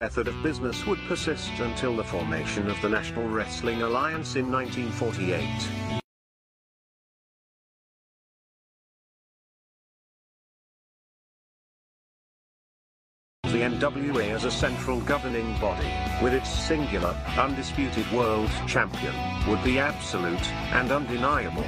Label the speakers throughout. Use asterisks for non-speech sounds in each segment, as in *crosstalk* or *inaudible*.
Speaker 1: method of business would persist until the formation of the National Wrestling Alliance in 1948. the NWA as a central governing body, with its singular, undisputed world champion, would be absolute and undeniable.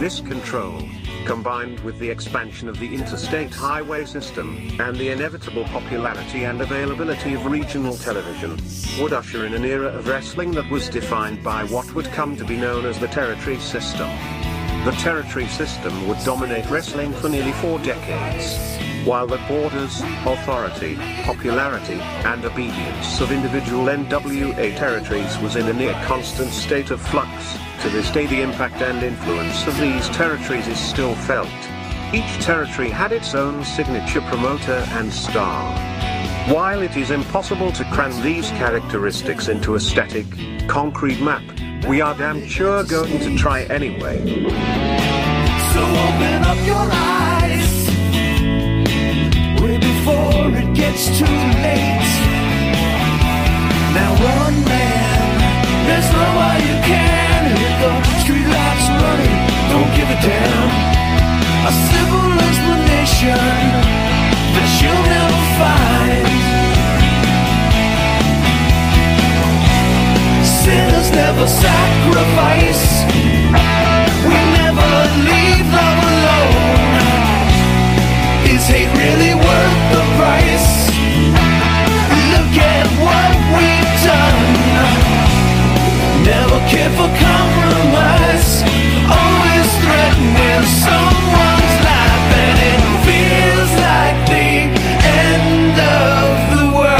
Speaker 1: This control, combined with the expansion of the interstate highway system, and the inevitable popularity and availability of regional television, would usher in an era of wrestling that was defined by what would come to be known as the territory system. The territory system would dominate wrestling for nearly four decades, while the borders, authority, popularity, and obedience of individual NWA territories was in a near constant state of flux. To this day the impact and influence of these territories is still felt. Each territory had its own signature promoter and star. While it is impossible to cram these characteristics into a static, concrete map, we are damn sure going to try anyway.
Speaker 2: So open up your eyes way before it gets too late. Now one man, there's no way you can. And if the streetlights are running, don't give a damn. A simple explanation that you'll never find. Sinners never sacrifice. We never leave love alone. Is hate really worth the price? Look at what we've done. Never care for compromise. Always threatening someone's life, and it feels like the end of the world.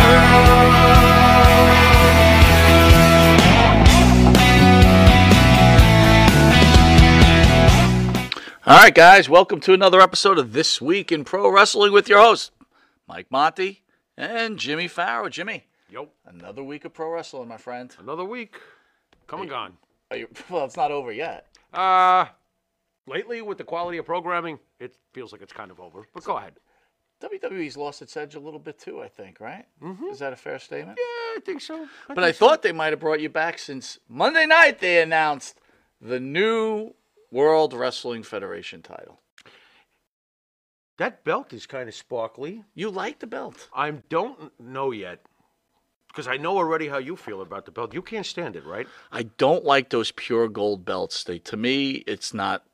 Speaker 3: All right, guys, welcome to another episode of This Week in Pro Wrestling with your hosts, Mike Monty and Jimmy Farrow. Jimmy,
Speaker 4: Yo,
Speaker 3: another week of pro wrestling, my friend.
Speaker 4: another week. Come and gone.
Speaker 3: Are you, *laughs* well, it's not over yet.
Speaker 4: Uh, lately, with the quality of programming, it feels like it's kind of over. But go ahead.
Speaker 3: WWE's lost its edge a little bit too, I think, right? Mm-hmm. Is that a fair statement?
Speaker 4: Yeah, I think so.
Speaker 3: But I thought they might have brought you back since Monday night they announced the new World Wrestling Federation title.
Speaker 4: that belt is kind of sparkly.
Speaker 3: You like the belt.
Speaker 4: I don't know yet, because I know already how you feel about the belt. You can't stand it, right?
Speaker 3: I don't like those pure gold belts. They to me, it's not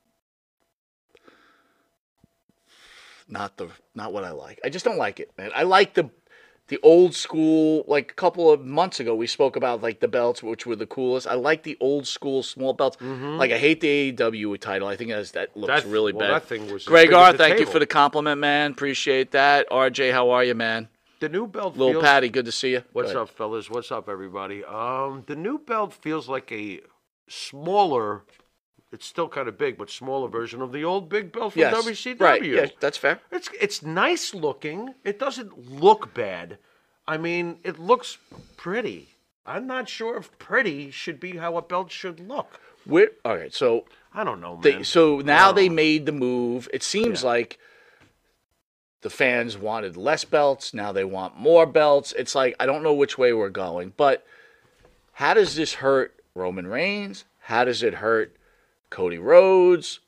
Speaker 3: not the not what I like. I just don't like it, man. I like the the old school. Like a couple of months ago, we spoke about like the belts, which were the coolest. I like the old school small belts. Like I hate the AEW title. I think that's, that looks
Speaker 4: That-
Speaker 3: really
Speaker 4: Mm-hmm. well,
Speaker 3: bad.
Speaker 4: that thing was as big as
Speaker 3: Gregor,
Speaker 4: the
Speaker 3: thank you
Speaker 4: table.
Speaker 3: for the compliment, man. Appreciate that. RJ, how are you, man?
Speaker 4: The new belt.
Speaker 3: Little
Speaker 4: feels-
Speaker 3: Patty, good to see you. Go
Speaker 4: What's
Speaker 3: ahead.
Speaker 4: up, fellas? What's up, everybody? Um, the new belt feels like a smaller. It's still kind of big, but smaller version of the old big belt from
Speaker 3: Yes,
Speaker 4: WCW.
Speaker 3: right? Yeah, that's fair.
Speaker 4: It's it's nice looking. It doesn't look bad. I mean, it looks pretty. I'm not sure if pretty should be how a belt should look.
Speaker 3: We're, all right, so
Speaker 4: I don't know, man.
Speaker 3: They, so now
Speaker 4: Oh.
Speaker 3: they made the move. It seems like the fans wanted less belts. Now they want more belts. It's like I don't know which way we're going. But how does this hurt Roman Reigns? How does it hurt Cody Rhodes?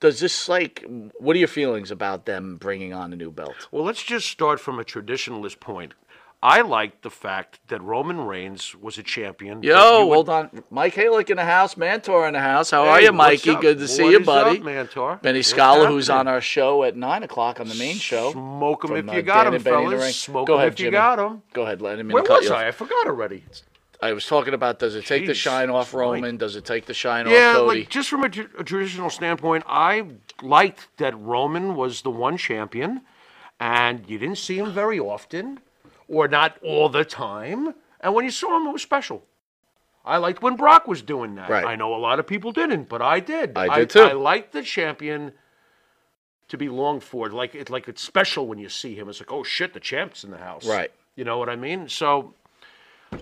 Speaker 3: Does this like what are your feelings about them bringing on a new belt?
Speaker 4: Well, let's just start from a traditionalist point. I liked the fact that Roman Reigns was a champion. that you
Speaker 3: Yo,
Speaker 4: would-
Speaker 3: hold on, Mike Halick in the house, Mantor in the house. How are
Speaker 4: Hey,
Speaker 3: you,
Speaker 4: what's
Speaker 3: Mikey?
Speaker 4: up?
Speaker 3: Good to see
Speaker 4: What
Speaker 3: you,
Speaker 4: is
Speaker 3: buddy.
Speaker 4: up, Mantor?
Speaker 3: Benny
Speaker 4: What's
Speaker 3: Scala, who's
Speaker 4: happening?
Speaker 3: on our show at nine o'clock on the main show.
Speaker 4: Smoke 'em
Speaker 3: from,
Speaker 4: if
Speaker 3: uh,
Speaker 4: you got 'em,
Speaker 3: Dan and Benny in the
Speaker 4: fellas.
Speaker 3: Ring.
Speaker 4: Smoke
Speaker 3: Go
Speaker 4: 'em
Speaker 3: ahead,
Speaker 4: if you
Speaker 3: Jimmy.
Speaker 4: got 'em.
Speaker 3: Go ahead, let him in.
Speaker 4: Where
Speaker 3: and cut
Speaker 4: was
Speaker 3: you off.
Speaker 4: I? I forgot already.
Speaker 3: I was talking about does it take the
Speaker 4: Jeez,
Speaker 3: shine off
Speaker 4: that's
Speaker 3: Roman?
Speaker 4: right.
Speaker 3: Does it take the shine
Speaker 4: Yeah,
Speaker 3: off Cody?
Speaker 4: like just from a, tr- a traditional standpoint, I liked that Roman was the one champion, and you didn't see him very often, or not all the time. And when you saw him, it was special. I liked when Brock was doing that.
Speaker 3: Right.
Speaker 4: I know a lot of people didn't, but I did.
Speaker 3: I did too.
Speaker 4: I liked the champion to be longed for. Like it, like it's special when you see him. It's like, oh shit, the champ's in the house.
Speaker 3: Right.
Speaker 4: You know what I mean? So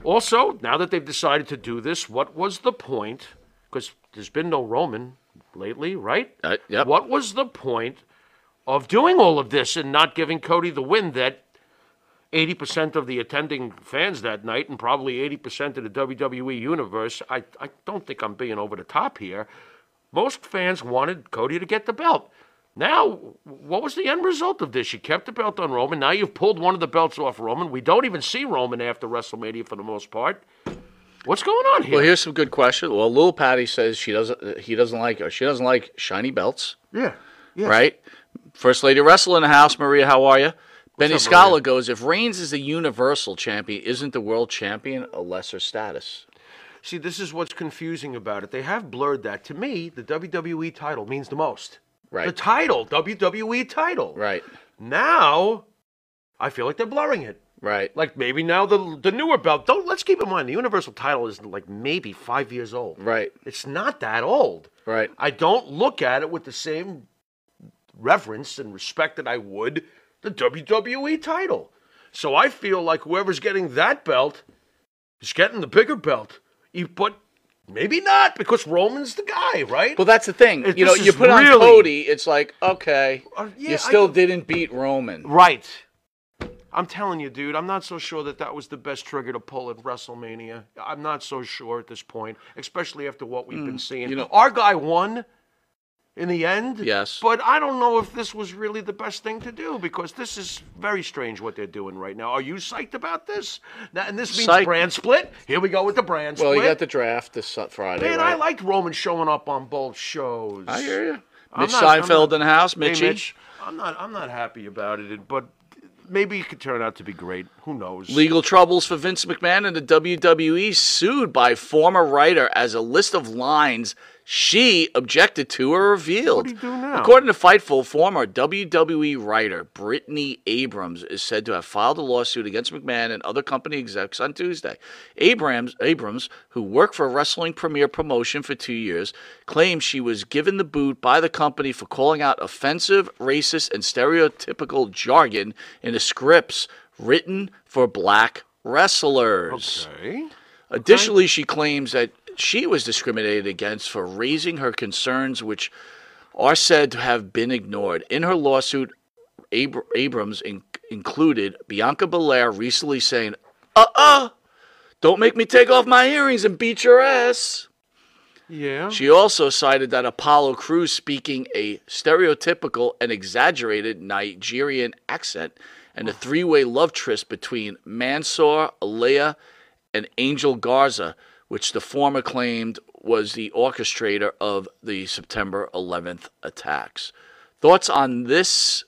Speaker 4: also, now that they've decided to do this, what was the point? Because there's been no Roman lately, right?
Speaker 3: Uh, yep.
Speaker 4: What was the point of doing all of this and not giving Cody the win that 80% of the attending fans that night and probably 80% of the WWE universe, I, I don't think I'm being over the top here. Most fans wanted Cody to get the belt. Now, what was the end result of this? You kept the belt on Roman. Now you've pulled one of the belts off Roman. We don't even see Roman after WrestleMania for the most part. What's going on here?
Speaker 3: Well, here's some good questions. Well, Lil Patty says she doesn't. uh, He doesn't like. Or she doesn't like shiny belts.
Speaker 4: yeah. Yeah.
Speaker 3: Right. First lady wrestle in the house. Maria, how are you? Benny
Speaker 4: up,
Speaker 3: Scala
Speaker 4: Maria?
Speaker 3: goes. If Reigns is the universal champion, isn't the world champion a lesser status?
Speaker 4: See, this is what's confusing about it. They have blurred that. To me, the WWE title means the most.
Speaker 3: Right.
Speaker 4: The title, WWE title.
Speaker 3: Right.
Speaker 4: Now, I feel like they're blurring it.
Speaker 3: Right.
Speaker 4: Like maybe now the the newer belt. Don't let's keep in mind the universal title is like maybe five years old.
Speaker 3: Right.
Speaker 4: It's not that old.
Speaker 3: Right.
Speaker 4: I don't look at it with the same reverence and respect that I would the WWE title. So I feel like whoever's getting that belt is getting the bigger belt. You- But maybe not because Roman's the guy, right?
Speaker 3: Well, that's the thing.
Speaker 4: It-
Speaker 3: you know,
Speaker 4: this
Speaker 3: you
Speaker 4: is
Speaker 3: put on
Speaker 4: really-
Speaker 3: Cody, it's like okay,
Speaker 4: Uh, yeah, I
Speaker 3: you still
Speaker 4: don't-
Speaker 3: didn't beat Roman.
Speaker 4: right. I'm telling you, dude, I'm not so sure that that was the best trigger to pull at WrestleMania. I'm not so sure at this point, especially after what we've been seeing.
Speaker 3: Hmm. you know-
Speaker 4: Our guy won in the end.
Speaker 3: Yes.
Speaker 4: But I don't know if this was really the best thing to do because this is very strange what they're doing right now. Are you psyched about this? Now, and this means
Speaker 3: Psyched.
Speaker 4: brand split. Here we go with the brand
Speaker 3: Well,
Speaker 4: split.
Speaker 3: you got the draft this Su- Friday.
Speaker 4: Man,
Speaker 3: right?
Speaker 4: I liked Roman showing up on both shows.
Speaker 3: I hear you.
Speaker 4: I'm
Speaker 3: Mitch
Speaker 4: not- I'm
Speaker 3: Seinfeld
Speaker 4: not-
Speaker 3: in the house.
Speaker 4: Hey,
Speaker 3: Mitchie.
Speaker 4: Mitch, I'm not. I'm not happy about it, but maybe it could turn out to be great. Who knows?
Speaker 3: Legal troubles for Vince McMahon and the WWE sued by former writer as a list of lines she objected to or revealed.
Speaker 4: What do you do now?
Speaker 3: According to Fightful, former WWE writer Brittany Abrams is said to have filed a lawsuit against McMahon and other company execs on Tuesday. Abrams, Abrams, who worked for a wrestling premier promotion for two years, claims she was given the boot by the company for calling out offensive, racist, and stereotypical jargon in the scripts written for black wrestlers.
Speaker 4: Okay.
Speaker 3: Additionally, she claims that she was discriminated against for raising her concerns, which are said to have been ignored. In her lawsuit, Abr- Abrams in- included Bianca Belair recently saying, uh uh, don't make me take off my earrings and beat your ass.
Speaker 4: Yeah.
Speaker 3: She also cited that Apollo Crews speaking a stereotypical and exaggerated Nigerian accent
Speaker 4: Ah.
Speaker 3: and a three way love tryst between Mansoor, Alea, and Angel Garza, which the former claimed was the orchestrator of the September 11th attacks. Thoughts on this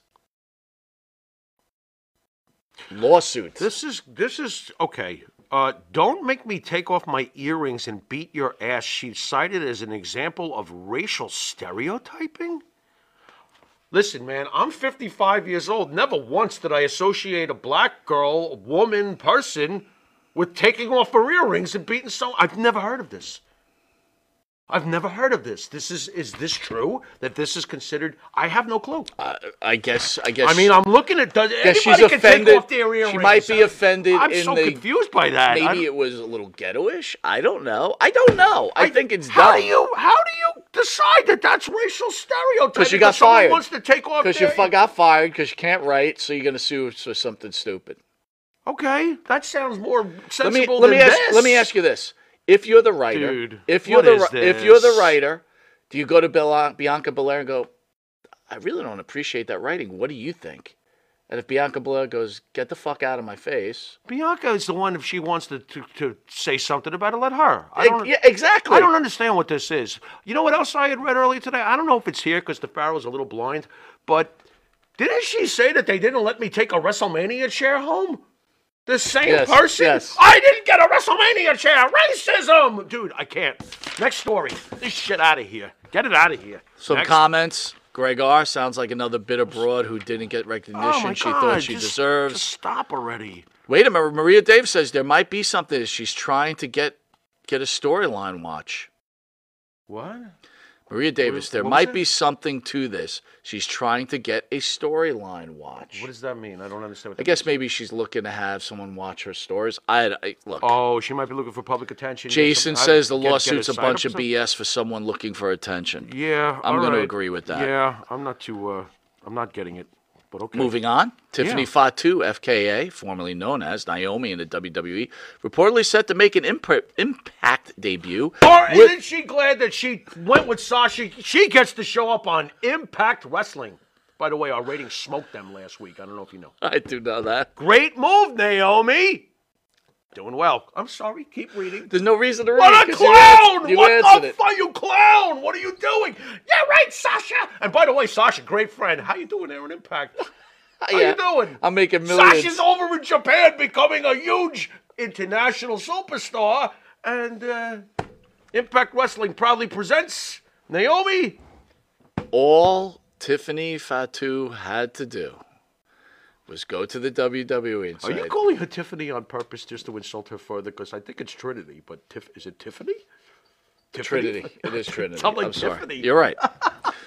Speaker 3: lawsuit?
Speaker 4: This is this is okay. Uh, don't make me take off my earrings and beat your ass. She's cited as an example of racial stereotyping. Listen, man, I'm 55 years old. Never once did I associate a black girl, woman, person with taking off her earrings and beating so. I've never heard of this. I've never heard of this. This is is this true that this is considered? I have no clue.
Speaker 3: I, Uh, I guess. I guess.
Speaker 4: I mean, I'm looking at. Does,
Speaker 3: guess
Speaker 4: anybody
Speaker 3: she's
Speaker 4: can
Speaker 3: offended.
Speaker 4: take off their earrings.
Speaker 3: She might be offended
Speaker 4: I'm
Speaker 3: in
Speaker 4: so
Speaker 3: the-
Speaker 4: confused by that. I
Speaker 3: Maybe it was a little ghettoish. I don't know. I don't know. I, think it's
Speaker 4: how
Speaker 3: dumb.
Speaker 4: do you how do you decide that that's racial stereotyping?
Speaker 3: Because you got
Speaker 4: someone
Speaker 3: fired.
Speaker 4: Wants to take off
Speaker 3: Because you
Speaker 4: their-
Speaker 3: fu- got fired because you can't write, so you're gonna sue us for something stupid.
Speaker 4: Okay, that sounds more
Speaker 3: Let me
Speaker 4: sensible
Speaker 3: let me
Speaker 4: than
Speaker 3: ask
Speaker 4: this.
Speaker 3: let me ask you this: If you're the writer,
Speaker 4: Dude,
Speaker 3: if you're
Speaker 4: what
Speaker 3: the
Speaker 4: is
Speaker 3: ri- if you're the
Speaker 4: this?
Speaker 3: writer, do you go to Bela- Bianca Belair and go, "I really don't appreciate that writing. What do you think?" And if Bianca Belair goes, "Get the fuck out of my face,"
Speaker 4: Bianca is the one. If she wants to to, to say something about it, let her. I don't.
Speaker 3: yeah, exactly.
Speaker 4: I don't understand what this is. You know what else I had read earlier today? I don't know if it's here because the Pharaoh's a little blind, but didn't she say that they didn't let me take a WrestleMania chair home? The same
Speaker 3: Yes,
Speaker 4: person?
Speaker 3: yes.
Speaker 4: I didn't get a WrestleMania chair! Racism! Dude, I can't. Next story. This shit out of here. Get it out of here.
Speaker 3: Some
Speaker 4: Next.
Speaker 3: comments. Greg R sounds like another bitter broad who didn't get recognition
Speaker 4: Oh my
Speaker 3: she
Speaker 4: God,
Speaker 3: thought she
Speaker 4: just-
Speaker 3: deserves.
Speaker 4: Just stop already.
Speaker 3: Wait a minute. Maria Dave says there might be something. She's trying to get get a storyline watch.
Speaker 4: What?
Speaker 3: Maria Davis, there
Speaker 4: what was
Speaker 3: might
Speaker 4: it?
Speaker 3: be something to this. She's trying to get a storyline watch.
Speaker 4: What does that mean? I don't understand what
Speaker 3: I
Speaker 4: that
Speaker 3: guess maybe she's looking to have someone watch her stories. I, I look.
Speaker 4: Oh, she might be looking for public attention.
Speaker 3: Jason
Speaker 4: Some- I-
Speaker 3: says the
Speaker 4: get- get
Speaker 3: lawsuit's
Speaker 4: her
Speaker 3: a
Speaker 4: side up
Speaker 3: bunch
Speaker 4: or
Speaker 3: of
Speaker 4: something?
Speaker 3: BS for someone looking for attention.
Speaker 4: Yeah,
Speaker 3: I'm
Speaker 4: all
Speaker 3: gonna
Speaker 4: right.
Speaker 3: agree with that.
Speaker 4: Yeah, I'm not too. Uh, I'm not getting it. But okay.
Speaker 3: Moving on, Tiffany
Speaker 4: Yeah.
Speaker 3: Fatu, FKA, formerly known as Naomi in the WWE, reportedly set to make an imp- Impact debut.
Speaker 4: Or isn't she glad that she went with Sasha? She gets to show up on Impact Wrestling. By the way, our ratings smoked them last week. I don't know if you know.
Speaker 3: *laughs* I do know that.
Speaker 4: Great move, Naomi. Doing well. I'm sorry. Keep reading.
Speaker 3: There's no reason to read.
Speaker 4: What a
Speaker 3: 'cause you ans-
Speaker 4: clown!
Speaker 3: You
Speaker 4: what
Speaker 3: answered
Speaker 4: the
Speaker 3: it.
Speaker 4: fuck, you clown? What are you doing? Yeah, right, Sasha. And by the way, Sasha, great friend. How you doing there
Speaker 3: *laughs*
Speaker 4: on Impact? How
Speaker 3: Yeah.
Speaker 4: you doing?
Speaker 3: I'm making millions.
Speaker 4: Sasha's over in Japan becoming a huge international superstar, and uh, Impact Wrestling proudly presents Naomi.
Speaker 3: All Tiffany Fatu had to do was go to the WWE and
Speaker 4: Are
Speaker 3: say,
Speaker 4: you calling her Tiffany on purpose just to insult her further? Because I think it's Trinity, but Tiff is it Tiffany? Tiffany?
Speaker 3: Trinity. It is
Speaker 4: *laughs*
Speaker 3: Trinity.
Speaker 4: Something
Speaker 3: I'm sorry.
Speaker 4: Tiffany.
Speaker 3: You're
Speaker 4: *laughs*
Speaker 3: right.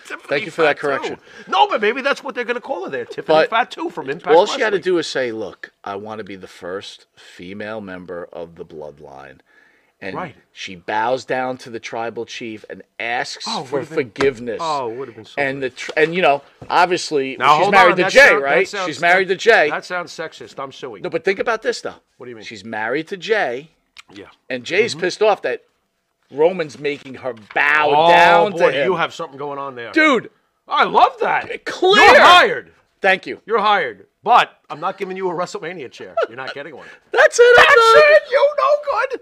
Speaker 4: Tiffany
Speaker 3: Thank you for that
Speaker 4: Fatu.
Speaker 3: correction.
Speaker 4: No, but maybe that's what they're going to call her there, Tiffany
Speaker 3: But-
Speaker 4: Fatu from Impact.
Speaker 3: All she had to
Speaker 4: Wrestling.
Speaker 3: do is say, "Look, I want to be the first female member of the bloodline," and
Speaker 4: Right.
Speaker 3: she bows down to the tribal chief and asks
Speaker 4: Oh,
Speaker 3: for
Speaker 4: would've been-
Speaker 3: forgiveness.
Speaker 4: Oh, would've been so
Speaker 3: And the tr- and you know, obviously,
Speaker 4: Now,
Speaker 3: she's
Speaker 4: hold
Speaker 3: married
Speaker 4: on,
Speaker 3: to
Speaker 4: that
Speaker 3: Jay,
Speaker 4: sound- that
Speaker 3: right?
Speaker 4: sounds-
Speaker 3: she's married
Speaker 4: that-
Speaker 3: to Jay.
Speaker 4: That sounds sexist. I'm suing.
Speaker 3: No, but think about this though.
Speaker 4: What do you mean? Mm-hmm.
Speaker 3: She's married to Jay,
Speaker 4: Yeah.
Speaker 3: and Jay's pissed off that Roman's making her bow
Speaker 4: Oh
Speaker 3: down
Speaker 4: boy,
Speaker 3: to him.
Speaker 4: you have something going on there,
Speaker 3: Dude,
Speaker 4: I love that.
Speaker 3: Clear.
Speaker 4: You're hired.
Speaker 3: thank you.
Speaker 4: You're hired. But I'm not giving you a WrestleMania chair. You're not
Speaker 3: *laughs*
Speaker 4: getting one.
Speaker 3: That's it. I'm done.
Speaker 4: Shit, you no good.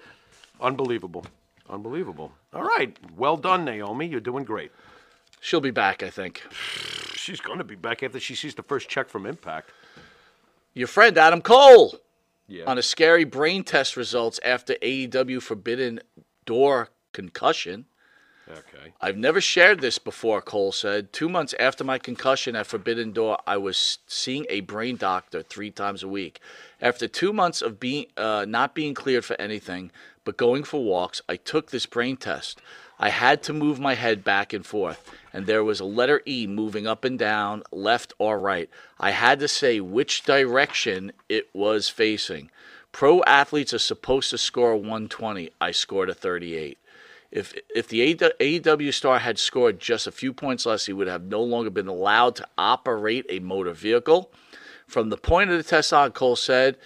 Speaker 4: Unbelievable. Unbelievable. All right. Well done, Naomi. You're doing great.
Speaker 3: She'll be back, I think.
Speaker 4: She's going to be back after she sees the first check from Impact.
Speaker 3: Your friend Adam Cole.
Speaker 4: Yeah.
Speaker 3: on a scary brain test results after AEW Forbidden Door concussion.
Speaker 4: okay.
Speaker 3: I've never shared this before, Cole said. Two months after my concussion at Forbidden Door, I was seeing a brain doctor three times a week. After two months of being uh, not being cleared for anything but going for walks, I took this brain test. I had to move my head back and forth, and there was a letter E moving up and down, left or right. I had to say which direction it was facing. Pro athletes are supposed to score 120. I scored a 38. If if the AEW E star had scored just a few points less, he would have no longer been allowed to operate a motor vehicle. From the point of the test on, Cole said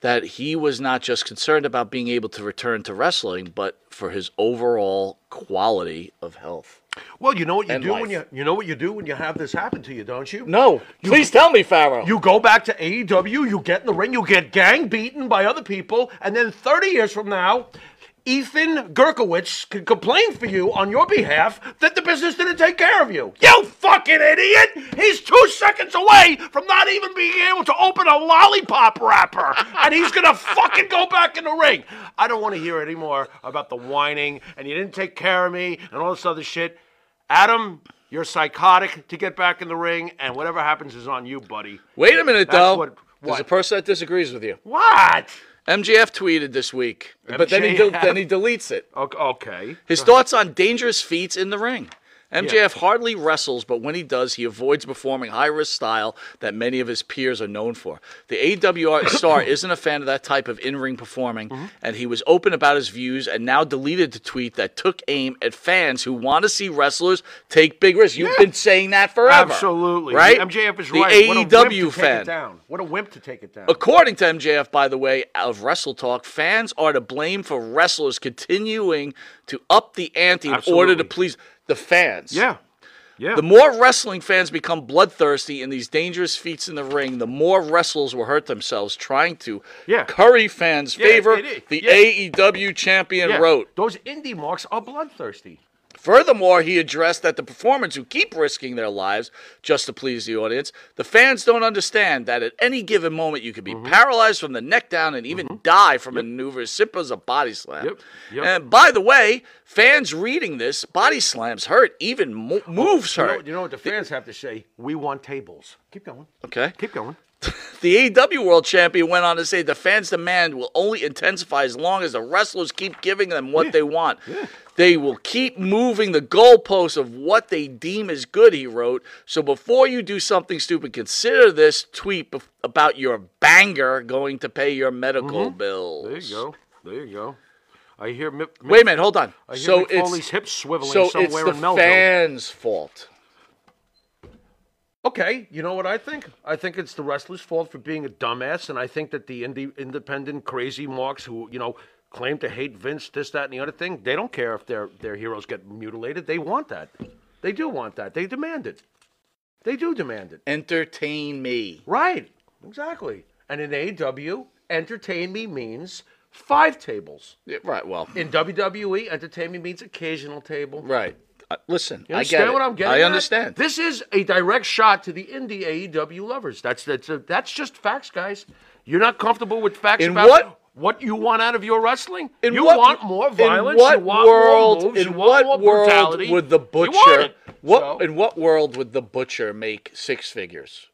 Speaker 3: that he was not just concerned about being able to return to wrestling, but for his overall quality of health.
Speaker 4: Well, you know what you
Speaker 3: And
Speaker 4: do
Speaker 3: life.
Speaker 4: when you you know what you do when you have this happen to you, don't you?
Speaker 3: No, please tell me, Pharaoh.
Speaker 4: You go back to AEW, you get in the ring, you get gang beaten by other people, and then 30 years from now, Ethan Gerkowitz can complain for you on your behalf that the business didn't take care of you. You fucking idiot! He's two seconds away from not even being able to open a lollipop wrapper, and he's gonna fucking go back in the ring. I don't want to hear anymore about the whining and you didn't take care of me and all this other shit. Adam, you're psychotic to get back in the ring, and whatever happens is on you, buddy.
Speaker 3: Wait a minute,
Speaker 4: That's
Speaker 3: though.
Speaker 4: what-
Speaker 3: There's a
Speaker 4: what?
Speaker 3: person that disagrees with you.
Speaker 4: What?
Speaker 3: MJF tweeted this week, but then he del-
Speaker 4: MJF.
Speaker 3: then he deletes it.
Speaker 4: Okay. okay.
Speaker 3: His thoughts on dangerous feats in the ring. MJF hardly wrestles, but when he does, he avoids performing high risk style that many of his peers are known for. The
Speaker 4: *coughs*
Speaker 3: AWR star isn't a fan of that type of in ring performing,
Speaker 4: Mm-hmm.
Speaker 3: and he was open about his views and now deleted the tweet that took aim at fans who want to see wrestlers take big risks. You've been saying that forever.
Speaker 4: Absolutely.
Speaker 3: Right?
Speaker 4: MJF is
Speaker 3: the
Speaker 4: right. What a wimp
Speaker 3: AEW
Speaker 4: to
Speaker 3: fan.
Speaker 4: Take it down. What a wimp to take it down.
Speaker 3: According to MJF, by the way, of Wrestle Talk, fans are to blame for wrestlers continuing to up the ante in order to
Speaker 4: Absolutely.
Speaker 3: please the fans.
Speaker 4: Yeah. Yeah.
Speaker 3: The more wrestling fans become bloodthirsty in these dangerous feats in the ring, the more wrestlers will hurt themselves trying to
Speaker 4: Yeah.
Speaker 3: curry fans'
Speaker 4: Yeah,
Speaker 3: favor.
Speaker 4: it is.
Speaker 3: The
Speaker 4: Yeah.
Speaker 3: AEW champion
Speaker 4: Yeah.
Speaker 3: wrote.
Speaker 4: Those indie marks are bloodthirsty.
Speaker 3: Furthermore, he addressed that the performers who keep risking their lives just to please the audience, the fans don't understand that at any given moment you could
Speaker 4: Mm-hmm.
Speaker 3: be paralyzed from the neck down and even die from a maneuver as simple as a body slam.
Speaker 4: Yep. Yep.
Speaker 3: And by the way, fans reading this, body slams hurt, even mo- moves
Speaker 4: Oh, You know,
Speaker 3: hurt.
Speaker 4: you know what the fans have to say? We want tables. Keep going.
Speaker 3: Okay.
Speaker 4: Keep going.
Speaker 3: The AEW World Champion went on to say the fans' demand will only intensify as long as the wrestlers keep giving them what they want. They will keep moving the goalposts of what they deem is good, he wrote. So before you do something stupid, consider this tweet bef- about your banger going to pay your medical bills.
Speaker 4: Mm-hmm. There you go. There you go. I hear Mick, Mick,
Speaker 3: Wait a minute, hold on.
Speaker 4: I hear
Speaker 3: so
Speaker 4: Mick Foley's
Speaker 3: it's
Speaker 4: hips swiveling
Speaker 3: so it's
Speaker 4: somewhere
Speaker 3: the
Speaker 4: in Melville.
Speaker 3: fans' fault.
Speaker 4: Okay, you know what I think? I think it's the wrestler's fault for being a dumbass, and I think that the indie, independent crazy marks who you know claim to hate Vince, this, that, and the other thing, they don't care if their their heroes get mutilated. They want that. They do want that. They demand it. They do demand it.
Speaker 3: Entertain me.
Speaker 4: Right. Exactly. And in AEW, entertain me means five tables.
Speaker 3: Yeah, Right. Well.
Speaker 4: In WWE, entertain me means occasional table.
Speaker 3: Right. Uh, listen.
Speaker 4: You
Speaker 3: I get
Speaker 4: understand
Speaker 3: it.
Speaker 4: what I'm getting?
Speaker 3: I
Speaker 4: at?
Speaker 3: understand.
Speaker 4: This is a direct shot to the indie AEW E lovers. That's that's uh, that's just facts, guys. You're not comfortable with facts
Speaker 3: In
Speaker 4: about
Speaker 3: what-
Speaker 4: what you want out of your wrestling.
Speaker 3: In
Speaker 4: you
Speaker 3: what-
Speaker 4: want more
Speaker 3: in
Speaker 4: violence.
Speaker 3: what
Speaker 4: you want
Speaker 3: world?
Speaker 4: More moves,
Speaker 3: in
Speaker 4: you
Speaker 3: what
Speaker 4: want more
Speaker 3: world
Speaker 4: brutality.
Speaker 3: would the
Speaker 4: You want
Speaker 3: butcher?
Speaker 4: it.
Speaker 3: What
Speaker 4: So,
Speaker 3: in what world would the butcher make six figures?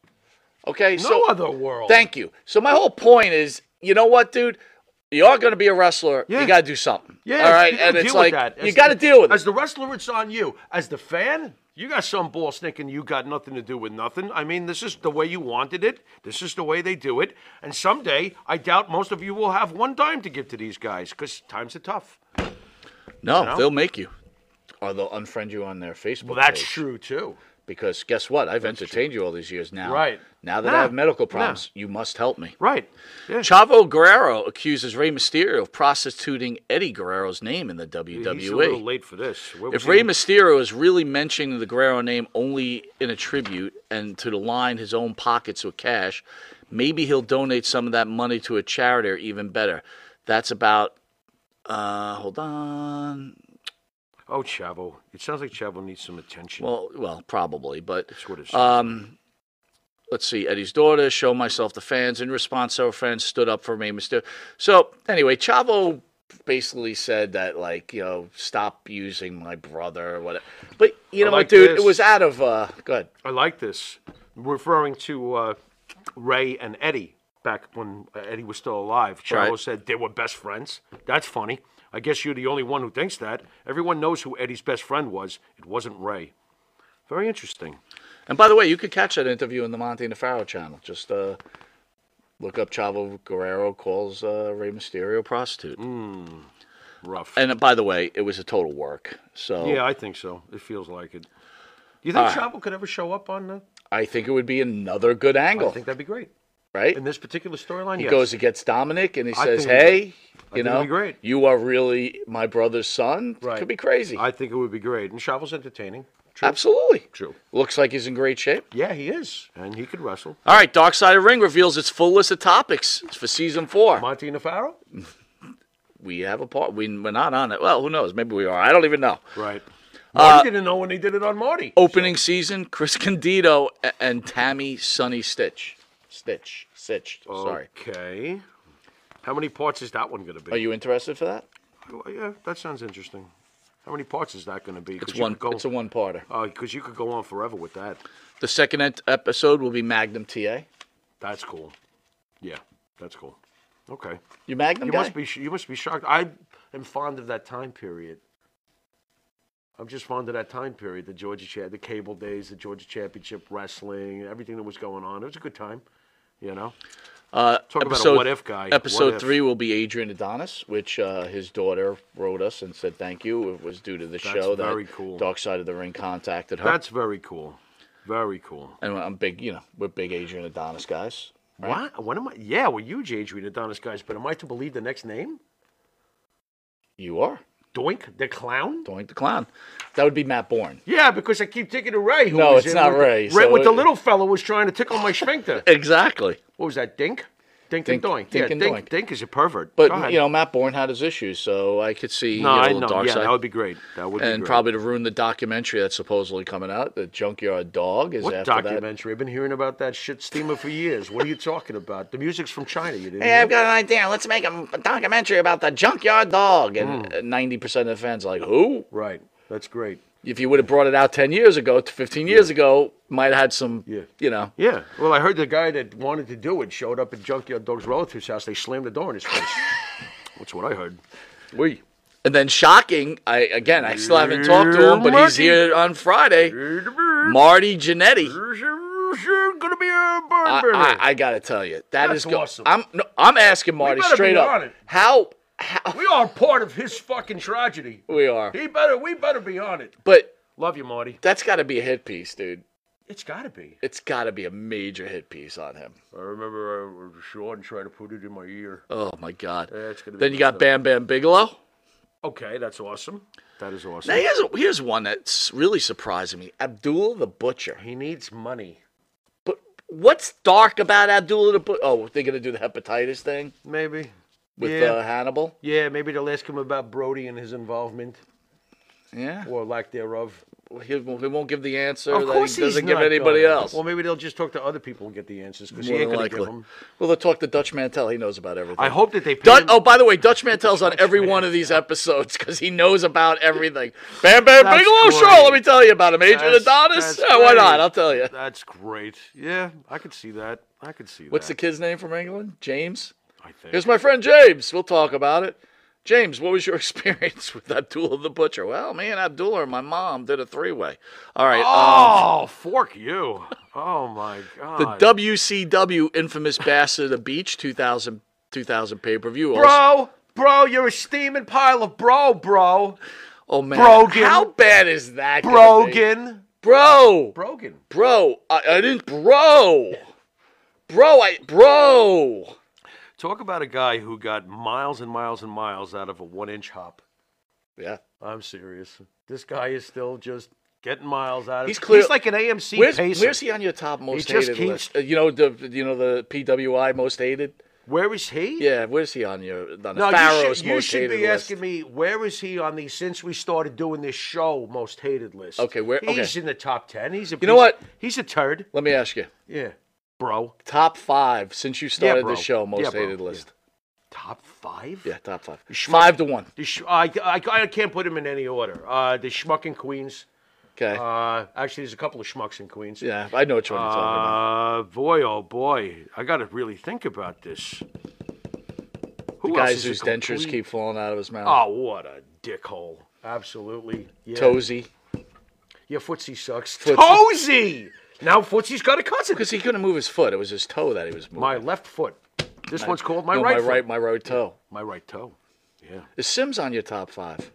Speaker 3: Okay,
Speaker 4: no
Speaker 3: so
Speaker 4: other world.
Speaker 3: thank you. So my whole point is, you know what, dude? You are going to be a wrestler.
Speaker 4: Yeah.
Speaker 3: You got to do something.
Speaker 4: yeah,
Speaker 3: all right,
Speaker 4: you gotta
Speaker 3: and
Speaker 4: deal
Speaker 3: it's
Speaker 4: with
Speaker 3: like
Speaker 4: that.
Speaker 3: you
Speaker 4: As
Speaker 3: got to
Speaker 4: the-
Speaker 3: deal with
Speaker 4: As
Speaker 3: it.
Speaker 4: the wrestler, it's on you. As the fan, you got some balls thinking you got nothing to do with nothing. I mean, this is the way you wanted it. This is the way they do it. And someday, I doubt most of you will have one dime to give to these guys because times are tough.
Speaker 3: No,
Speaker 4: know?
Speaker 3: they'll make you, or they'll unfriend you on their Facebook.
Speaker 4: Well, that's
Speaker 3: page.
Speaker 4: true too.
Speaker 3: Because guess what? I've entertained you all these years now.
Speaker 4: Right.
Speaker 3: Now that
Speaker 4: Nah,
Speaker 3: I have medical
Speaker 4: nah.
Speaker 3: problems, you must help me.
Speaker 4: Right. Yeah.
Speaker 3: Chavo Guerrero accuses Rey Mysterio of prostituting Eddie Guerrero's name in the WWE.
Speaker 4: He's a little late for this. Where was
Speaker 3: If
Speaker 4: he?
Speaker 3: Rey Mysterio is really mentioning the Guerrero name only in a tribute and to line his own pockets with cash, maybe he'll donate some of that money to a charity or even better. That's about, uh, hold on.
Speaker 4: oh, Chavo. It sounds like Chavo needs some attention.
Speaker 3: Well, well, probably, but um,
Speaker 4: that's what it's.
Speaker 3: let's see, Eddie's daughter, show myself to fans. In response, several fans stood up for me. Mysterio. So anyway, Chavo basically said that like you know stop using my brother or whatever. But you know
Speaker 4: like
Speaker 3: what, dude,
Speaker 4: this.
Speaker 3: it was out of uh, good.
Speaker 4: I like this. Referring to uh, Ray and Eddie back when Eddie was still alive, Chavo
Speaker 3: Right.
Speaker 4: said they were best friends. That's funny. I guess you're the only one who thinks that. Everyone knows who Eddie's best friend was. It wasn't Ray. Very interesting.
Speaker 3: And by the way, you could catch that interview in the Monty and the Pharaoh channel. Just uh, look up Chavo Guerrero calls uh, Rey Mysterio prostitute.
Speaker 4: Mm. Rough.
Speaker 3: And uh, by the way, it was a total work. So
Speaker 4: yeah, I think so. It feels like it. Do you
Speaker 3: Ah.
Speaker 4: think Chavo could ever show up on the?
Speaker 3: I think it would be another good angle,
Speaker 4: I think that'd be great
Speaker 3: right?
Speaker 4: in this particular storyline.
Speaker 3: He
Speaker 4: yes.
Speaker 3: goes against Dominic and he
Speaker 4: I
Speaker 3: says,
Speaker 4: think it'd
Speaker 3: "Hey, you
Speaker 4: it'd be
Speaker 3: know,
Speaker 4: great.
Speaker 3: you are really my brother's son."
Speaker 4: Right.
Speaker 3: Could be crazy.
Speaker 4: I think it would be great, and Chavo's entertaining. True.
Speaker 3: Absolutely.
Speaker 4: True.
Speaker 3: Looks like he's in great shape.
Speaker 4: Yeah, he is, and he could wrestle.
Speaker 3: All right, Dark Side of the Ring reveals its full list of topics for season four.
Speaker 4: Monty Nefaro.
Speaker 3: We have a part. We, we're not on it. Well, who knows? Maybe we are. I don't even know.
Speaker 4: Right.
Speaker 3: Uh,
Speaker 4: Marty didn't know when they did it on Marty.
Speaker 3: Opening season: Chris Candido a- and Tammy Sunny Stitch. Stitch. Stitch. Oh, Sorry.
Speaker 4: Okay. How many parts is that one going to be?
Speaker 3: Are you interested for that?
Speaker 4: Well, yeah, that sounds interesting. How many parts is that going to be?
Speaker 3: It's one. It's a one-parter.
Speaker 4: Because Uh, you could go on forever with that.
Speaker 3: The second ent- episode will be Magnum TA.
Speaker 4: That's cool. Yeah, that's cool. Okay.
Speaker 3: You Magnum
Speaker 4: You
Speaker 3: guy?
Speaker 4: must be. sh- You must be shocked. I am fond of that time period. I'm just fond of that time period, the Georgia, cha- the cable days, the Georgia Championship wrestling, everything that was going on. It was a good time, you know. Uh, Talk about a what if guy. What
Speaker 3: Episode
Speaker 4: if.
Speaker 3: three will be Adrian Adonis, which uh, his daughter wrote us and said thank you. It was due to the show
Speaker 4: very
Speaker 3: that
Speaker 4: cool.
Speaker 3: Dark Side of the Ring contacted her.
Speaker 4: That's very cool. Very cool.
Speaker 3: and I'm big, you know, we're big Adrian Adonis guys.
Speaker 4: What? When am I? Yeah, we're huge Adrian Adonis guys, but am I to believe the next name?
Speaker 3: You are
Speaker 4: Doink the clown?
Speaker 3: Doink the Clown. That would be Matt Bourne.
Speaker 4: Yeah, because I keep thinking of Ray. Who
Speaker 3: No,
Speaker 4: was
Speaker 3: it's
Speaker 4: in
Speaker 3: not
Speaker 4: with
Speaker 3: Ray,
Speaker 4: The, Ray
Speaker 3: so
Speaker 4: with the
Speaker 3: it-
Speaker 4: little fellow was trying to tickle
Speaker 3: *laughs*
Speaker 4: my sphincter.
Speaker 3: Exactly.
Speaker 4: What was that? Dink. Dink,
Speaker 3: Dink-
Speaker 4: and Doink.
Speaker 3: Dink
Speaker 4: yeah,
Speaker 3: and
Speaker 4: Dink,
Speaker 3: Doink.
Speaker 4: Dink is a pervert. Go
Speaker 3: But
Speaker 4: ahead.
Speaker 3: you know, Matt Bourne had his issues, so I could see
Speaker 4: no,
Speaker 3: you know,
Speaker 4: I
Speaker 3: the
Speaker 4: know.
Speaker 3: dark
Speaker 4: Yeah,
Speaker 3: side.
Speaker 4: that would be great. That would be
Speaker 3: and
Speaker 4: great.
Speaker 3: probably to ruin the documentary that's supposedly coming out, the Junkyard Dog is
Speaker 4: What
Speaker 3: after that.
Speaker 4: documentary? I've been hearing about that shit steamer for years. What are you talking about? The music's from China. You
Speaker 3: *laughs*
Speaker 4: didn't.
Speaker 3: Hey,
Speaker 4: hear?
Speaker 3: I've got an idea. Let's make a a documentary about the junkyard dog. And Hmm. ninety percent of the fans are like, who?
Speaker 4: Right. That's great.
Speaker 3: If you would have brought it out ten years ago, to fifteen years ago, might have had some.
Speaker 4: Yeah.
Speaker 3: You know.
Speaker 4: Yeah. Well, I heard the guy that wanted to do it showed up at Junkyard Dog's relative's house. They slammed the door in his *laughs* face. That's what I heard. We.
Speaker 3: And then shocking. I again, I still haven't talked to him, but he's
Speaker 4: Marty.
Speaker 3: here on Friday. Marty Jannetty.
Speaker 4: Gonna be a
Speaker 3: I,
Speaker 4: barber.
Speaker 3: I, I gotta tell you, that
Speaker 4: That's
Speaker 3: is go-
Speaker 4: awesome.
Speaker 3: I'm no, I'm asking Marty
Speaker 4: better be
Speaker 3: straight
Speaker 4: on
Speaker 3: up.
Speaker 4: it.
Speaker 3: How how
Speaker 4: we are part of his fucking tragedy.
Speaker 3: we are,
Speaker 4: He better. We better be on it.
Speaker 3: but
Speaker 4: Love you, Marty.
Speaker 3: that's got to be a hit piece, dude.
Speaker 4: It's got to be.
Speaker 3: It's got to be a major hit piece on him.
Speaker 4: I remember uh, Sean trying to put it in my ear.
Speaker 3: Oh my God.
Speaker 4: That's gonna be
Speaker 3: then you got Bam Bam Bigelow.
Speaker 4: Okay, that's awesome. That is awesome.
Speaker 3: Now here's, a, here's one that's really surprising me: Abdul the Butcher.
Speaker 4: He needs money.
Speaker 3: But what's dark about Abdul the Butcher? Oh, they're gonna do the hepatitis thing
Speaker 4: Maybe.
Speaker 3: with
Speaker 4: yeah.
Speaker 3: uh, Hannibal.
Speaker 4: yeah, maybe they'll ask him about Brody and his involvement
Speaker 3: Yeah.
Speaker 4: or lack thereof.
Speaker 3: He, won't- he won't give the answer
Speaker 4: Of
Speaker 3: that
Speaker 4: course,
Speaker 3: he doesn't
Speaker 4: he's
Speaker 3: give
Speaker 4: not
Speaker 3: anybody
Speaker 4: gonna.
Speaker 3: else.
Speaker 4: Well, maybe they'll just talk to other people and get the answers because he
Speaker 3: More
Speaker 4: ain't
Speaker 3: than
Speaker 4: going to give
Speaker 3: likely.
Speaker 4: them.
Speaker 3: Well, they'll talk to Dutch Mantel. He knows about everything.
Speaker 4: I hope that they pay
Speaker 3: Dut-
Speaker 4: him-
Speaker 3: oh, by the way, Dutch Mantel's on every one of these episodes because he knows about
Speaker 4: *laughs*
Speaker 3: everything. Bam Bam
Speaker 4: That's
Speaker 3: Bigelow, sure,
Speaker 4: great.
Speaker 3: let me tell you about him. Adrian
Speaker 4: That's-
Speaker 3: Adonis,
Speaker 4: that's
Speaker 3: yeah, why
Speaker 4: great.
Speaker 3: not? I'll tell you.
Speaker 4: That's great. Yeah, I could see that. I could see
Speaker 3: What's the
Speaker 4: that.
Speaker 3: kid's name from England? James.
Speaker 4: I think.
Speaker 3: Here's my friend James. We'll talk about it. James, what was your *laughs* experience with Abdullah the Butcher? Well, me and Abdullah and my mom did a three-way. All right. um,
Speaker 4: Oh, fork you. Oh, my God.
Speaker 3: the WCW
Speaker 4: *laughs*
Speaker 3: infamous Bass of the Beach 2000, 2000 pay per view.
Speaker 4: Bro, bro, you're a steaming pile of bro, bro.
Speaker 3: oh man,
Speaker 4: Brogan.
Speaker 3: How bad is that? gonna be?
Speaker 4: Brogan.
Speaker 3: bro, bro,
Speaker 4: Brogan.
Speaker 3: I, I didn't, bro, bro, I, bro.
Speaker 4: Talk about a guy who got miles and miles and miles out of a one inch hop.
Speaker 3: Yeah,
Speaker 4: I'm serious. This guy is still just getting miles out of
Speaker 3: He's clear-
Speaker 4: He's like an AMC
Speaker 3: where's
Speaker 4: pacer.
Speaker 3: where's he on your top most
Speaker 4: just
Speaker 3: hated
Speaker 4: keeps-
Speaker 3: list? Uh, You know the you know the PWI most hated.
Speaker 4: Where is he?
Speaker 3: Yeah, where's he on your on the
Speaker 4: No, you
Speaker 3: Pharaoh's
Speaker 4: should, you
Speaker 3: most
Speaker 4: should
Speaker 3: hated
Speaker 4: be
Speaker 3: list?
Speaker 4: asking me where is he on the since we started doing this show most hated list.
Speaker 3: Okay, where-
Speaker 4: he's
Speaker 3: okay.
Speaker 4: in the top ten. He's a
Speaker 3: You know
Speaker 4: piece-
Speaker 3: what?
Speaker 4: He's a turd.
Speaker 3: Let me ask you,
Speaker 4: Yeah, bro.
Speaker 3: top five since you started
Speaker 4: bro.
Speaker 3: the show most
Speaker 4: Yeah, bro.
Speaker 3: hated
Speaker 4: Yeah.
Speaker 3: list.
Speaker 4: Top five.
Speaker 3: Yeah, top five. Five to one.
Speaker 4: The sh- I, I, I can't put him in any order. Uh, the schmuck in Queens.
Speaker 3: Okay.
Speaker 4: Uh, actually, there's a couple of schmucks in Queens.
Speaker 3: Yeah, I know which one you're talking about.
Speaker 4: Uh, boy, oh boy, I got to really think about this. uh, Who
Speaker 3: The
Speaker 4: else
Speaker 3: guys
Speaker 4: is a
Speaker 3: whose dentures
Speaker 4: complete-
Speaker 3: keep falling out of his mouth.
Speaker 4: Oh, what a dickhole! Absolutely. Yeah.
Speaker 3: Tozy.
Speaker 4: Yeah, footsie sucks.
Speaker 3: Footsie.
Speaker 4: Tozy. Now footsie's got a cousin.
Speaker 3: Because he couldn't move his foot. It was his toe that he was moving.
Speaker 4: My left foot. This one's called my
Speaker 3: No,
Speaker 4: right.
Speaker 3: my
Speaker 4: foot.
Speaker 3: right, my right toe.
Speaker 4: My right toe. Yeah.
Speaker 3: Is Sims on your top five?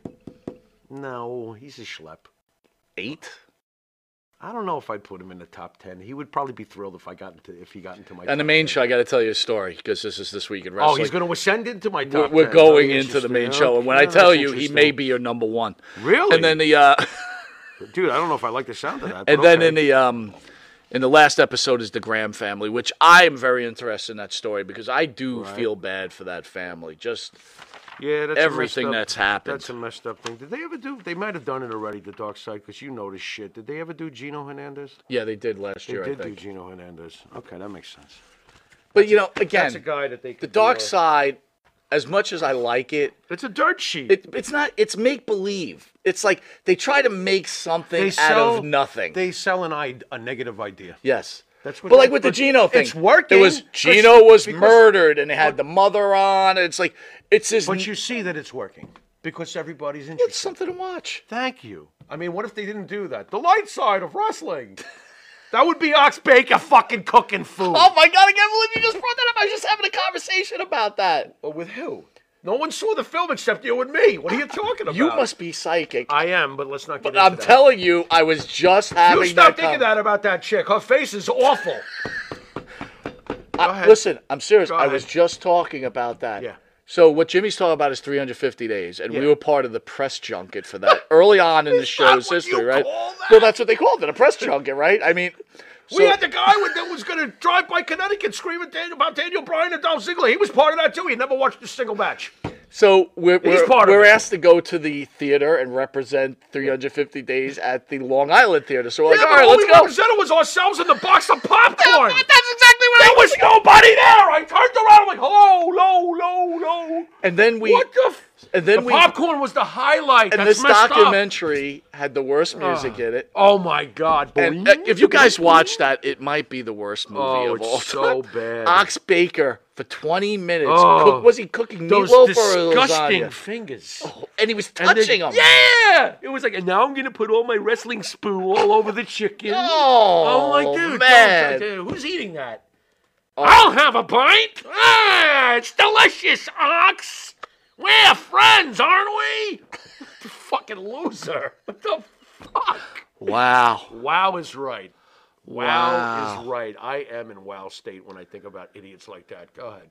Speaker 4: No, he's a schlep.
Speaker 3: Eight?
Speaker 4: I don't know if I'd put him in the top ten. He would probably be thrilled if I got into if he got into my.
Speaker 3: On the
Speaker 4: top
Speaker 3: main
Speaker 4: 10.
Speaker 3: show, I got to tell you a story because this is this week in wrestling.
Speaker 4: Oh, he's going to ascend into my
Speaker 3: We're,
Speaker 4: top.
Speaker 3: we're
Speaker 4: 10.
Speaker 3: going
Speaker 4: Very
Speaker 3: into the main
Speaker 4: interesting.
Speaker 3: show, and when I
Speaker 4: Yeah,
Speaker 3: tell
Speaker 4: that's
Speaker 3: you, he
Speaker 4: interesting.
Speaker 3: may be your number one.
Speaker 4: really.
Speaker 3: And then the uh,
Speaker 4: dude, I don't know if I like the sound of that.
Speaker 3: and
Speaker 4: but
Speaker 3: then
Speaker 4: okay.
Speaker 3: in the um, in the last episode is the Graham family, which I am very interested in that story because I do feel bad for that family. Just
Speaker 4: yeah, that's a
Speaker 3: everything
Speaker 4: messed up-
Speaker 3: that's happened.
Speaker 4: That's a messed up thing. Did they ever do? They might have done it already. The dark side, because you know this shit. Did they ever do Gino Hernandez?
Speaker 3: yeah, they did last
Speaker 4: They
Speaker 3: year, I
Speaker 4: did do
Speaker 3: think.
Speaker 4: Gino Hernandez. Okay, that makes sense.
Speaker 3: But you know, again,
Speaker 4: That's a guy that they.
Speaker 3: the
Speaker 4: could do
Speaker 3: dark
Speaker 4: a-
Speaker 3: side as much as i like it,
Speaker 4: It's a dirt sheet.
Speaker 3: it it's not it's make believe it's like they try to make something out of nothing
Speaker 4: They sell an I- a negative idea.
Speaker 3: yes
Speaker 4: That's what
Speaker 3: but
Speaker 4: it
Speaker 3: like
Speaker 4: is,
Speaker 3: with the
Speaker 4: but
Speaker 3: Gino thing,
Speaker 4: it's working,
Speaker 3: It was
Speaker 4: 'cause-
Speaker 3: Gino was
Speaker 4: because-
Speaker 3: murdered, and they had the mother on. And it's like it's this.
Speaker 4: But you see that it's working because everybody's
Speaker 3: it's
Speaker 4: interested.
Speaker 3: something to watch.
Speaker 4: Thank you. I mean, what if they didn't do that? The light side of wrestling. *laughs* that would be Ox Baker fucking cooking food.
Speaker 3: *laughs* Oh my god! I can't believe you just brought that up. I was just having a conversation about that.
Speaker 4: But with who? No one saw the film except you and me. What are you talking about?
Speaker 3: You must be psychic.
Speaker 4: I am, but let's not get
Speaker 3: But
Speaker 4: into
Speaker 3: I'm
Speaker 4: that.
Speaker 3: telling you, I was just having
Speaker 4: you. Stop
Speaker 3: that
Speaker 4: thinking
Speaker 3: con-
Speaker 4: that about that chick. Her face is awful.
Speaker 3: I-
Speaker 4: ahead.
Speaker 3: listen, I'm serious.
Speaker 4: Go
Speaker 3: I was
Speaker 4: ahead.
Speaker 3: just talking about that.
Speaker 4: Yeah.
Speaker 3: So what Jimmy's talking about is 350 days, and we
Speaker 4: Yeah.
Speaker 3: were part of the press junket for that early on
Speaker 4: *laughs*
Speaker 3: in the show's
Speaker 4: what you
Speaker 3: history, right?
Speaker 4: call that?
Speaker 3: Well, that's what they called it, a press junket, right? I mean,
Speaker 4: we
Speaker 3: so-
Speaker 4: had the guy with, that was going to drive by Connecticut screaming Dan- about Daniel Bryan and Dolph Ziggler. He was part of that too. He never watched a single match.
Speaker 3: so we're
Speaker 4: He's
Speaker 3: we're,
Speaker 4: part of
Speaker 3: we're
Speaker 4: it.
Speaker 3: asked to go to the theater and represent 350 days at the Long Island theater. So we're
Speaker 4: Yeah,
Speaker 3: like, all
Speaker 4: but
Speaker 3: right,
Speaker 4: all
Speaker 3: let's
Speaker 4: we
Speaker 3: go.
Speaker 4: represented was ourselves and the box of popcorn.
Speaker 3: exactly what
Speaker 4: there was nobody there. I turned around. I'm like, oh, low, low, low.
Speaker 3: And then we
Speaker 4: what the? F-
Speaker 3: and then
Speaker 4: the
Speaker 3: we-
Speaker 4: popcorn was the highlight.
Speaker 3: and
Speaker 4: That's
Speaker 3: this
Speaker 4: messed up. Ah.
Speaker 3: documentary had the worst music in it.
Speaker 4: Oh my God!
Speaker 3: And uh, if you guys watch that, it might be the worst movie
Speaker 4: Oh,
Speaker 3: of
Speaker 4: it's
Speaker 3: all
Speaker 4: so
Speaker 3: time.
Speaker 4: bad.
Speaker 3: Ox Baker for 20 minutes.
Speaker 4: Oh.
Speaker 3: cook- was he cooking
Speaker 4: those
Speaker 3: meatloaf or
Speaker 4: disgusting
Speaker 3: lasagna?
Speaker 4: fingers.
Speaker 3: And he was
Speaker 4: And
Speaker 3: touching
Speaker 4: then-
Speaker 3: them.
Speaker 4: Yeah, it was like, and now I'm gonna put all my wrestling spoo all over the chicken. I'm
Speaker 3: Oh,
Speaker 4: like, dude, don't-
Speaker 3: man. Oh.
Speaker 4: don't- who's eating that? I'll have a pint. Ah, it's delicious, ox. We're friends, aren't we? *laughs* Fucking loser. What the fuck?
Speaker 3: Wow.
Speaker 4: Wow is right. Wow, is right. I am in wow state when I think about idiots like that. Go ahead.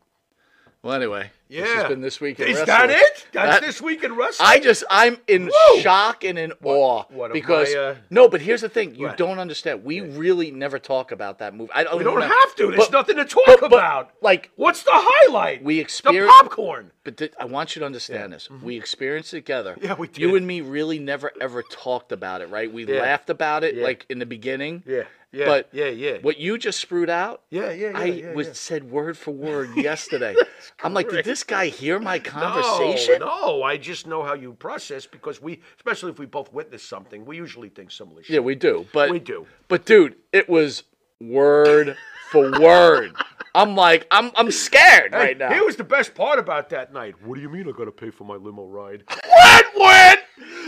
Speaker 3: Well, anyway,
Speaker 4: Yeah.
Speaker 3: this has been this week. in
Speaker 4: Is
Speaker 3: wrestling.
Speaker 4: that it? That's
Speaker 3: That-
Speaker 4: this week in wrestling.
Speaker 3: I just I'm in
Speaker 4: Woo!
Speaker 3: shock and in awe
Speaker 4: what of
Speaker 3: because
Speaker 4: my, uh,
Speaker 3: no, but here's the thing: you
Speaker 4: Right.
Speaker 3: don't understand. We really never talk about that movie. I don't.
Speaker 4: we don't
Speaker 3: know.
Speaker 4: have to. There's
Speaker 3: But-
Speaker 4: nothing to talk
Speaker 3: but- but,
Speaker 4: about.
Speaker 3: like-
Speaker 4: what's the highlight?
Speaker 3: We
Speaker 4: the
Speaker 3: exper-
Speaker 4: popcorn.
Speaker 3: But th- I want you to understand this. We experienced it together.
Speaker 4: Mm-hmm. Yeah, we
Speaker 3: You
Speaker 4: did.
Speaker 3: and me really never ever talked about it, right? We
Speaker 4: Yeah.
Speaker 3: laughed about it
Speaker 4: Yeah.
Speaker 3: like in the beginning.
Speaker 4: Yeah, yeah,
Speaker 3: But
Speaker 4: yeah, yeah.
Speaker 3: What you just screwed out.
Speaker 4: Yeah, yeah, yeah,
Speaker 3: I
Speaker 4: yeah,
Speaker 3: was
Speaker 4: yeah.
Speaker 3: said word for
Speaker 4: *laughs*
Speaker 3: word yesterday. I'm like, did this guy hear my conversation?
Speaker 4: No, no, I just know how you process because we, especially if we both witness something, we usually think similar shit.
Speaker 3: Yeah, we do. But
Speaker 4: We do.
Speaker 3: But dude, it was word
Speaker 4: *laughs*
Speaker 3: for word. I'm like, I'm I'm scared right now.
Speaker 4: Here was the best part about that night. What do you mean I got to pay for my limo ride? *laughs* what? What?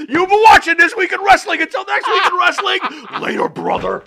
Speaker 4: You've been
Speaker 3: *laughs*
Speaker 4: watching This Week in Wrestling. Until next week in wrestling. Later, brother.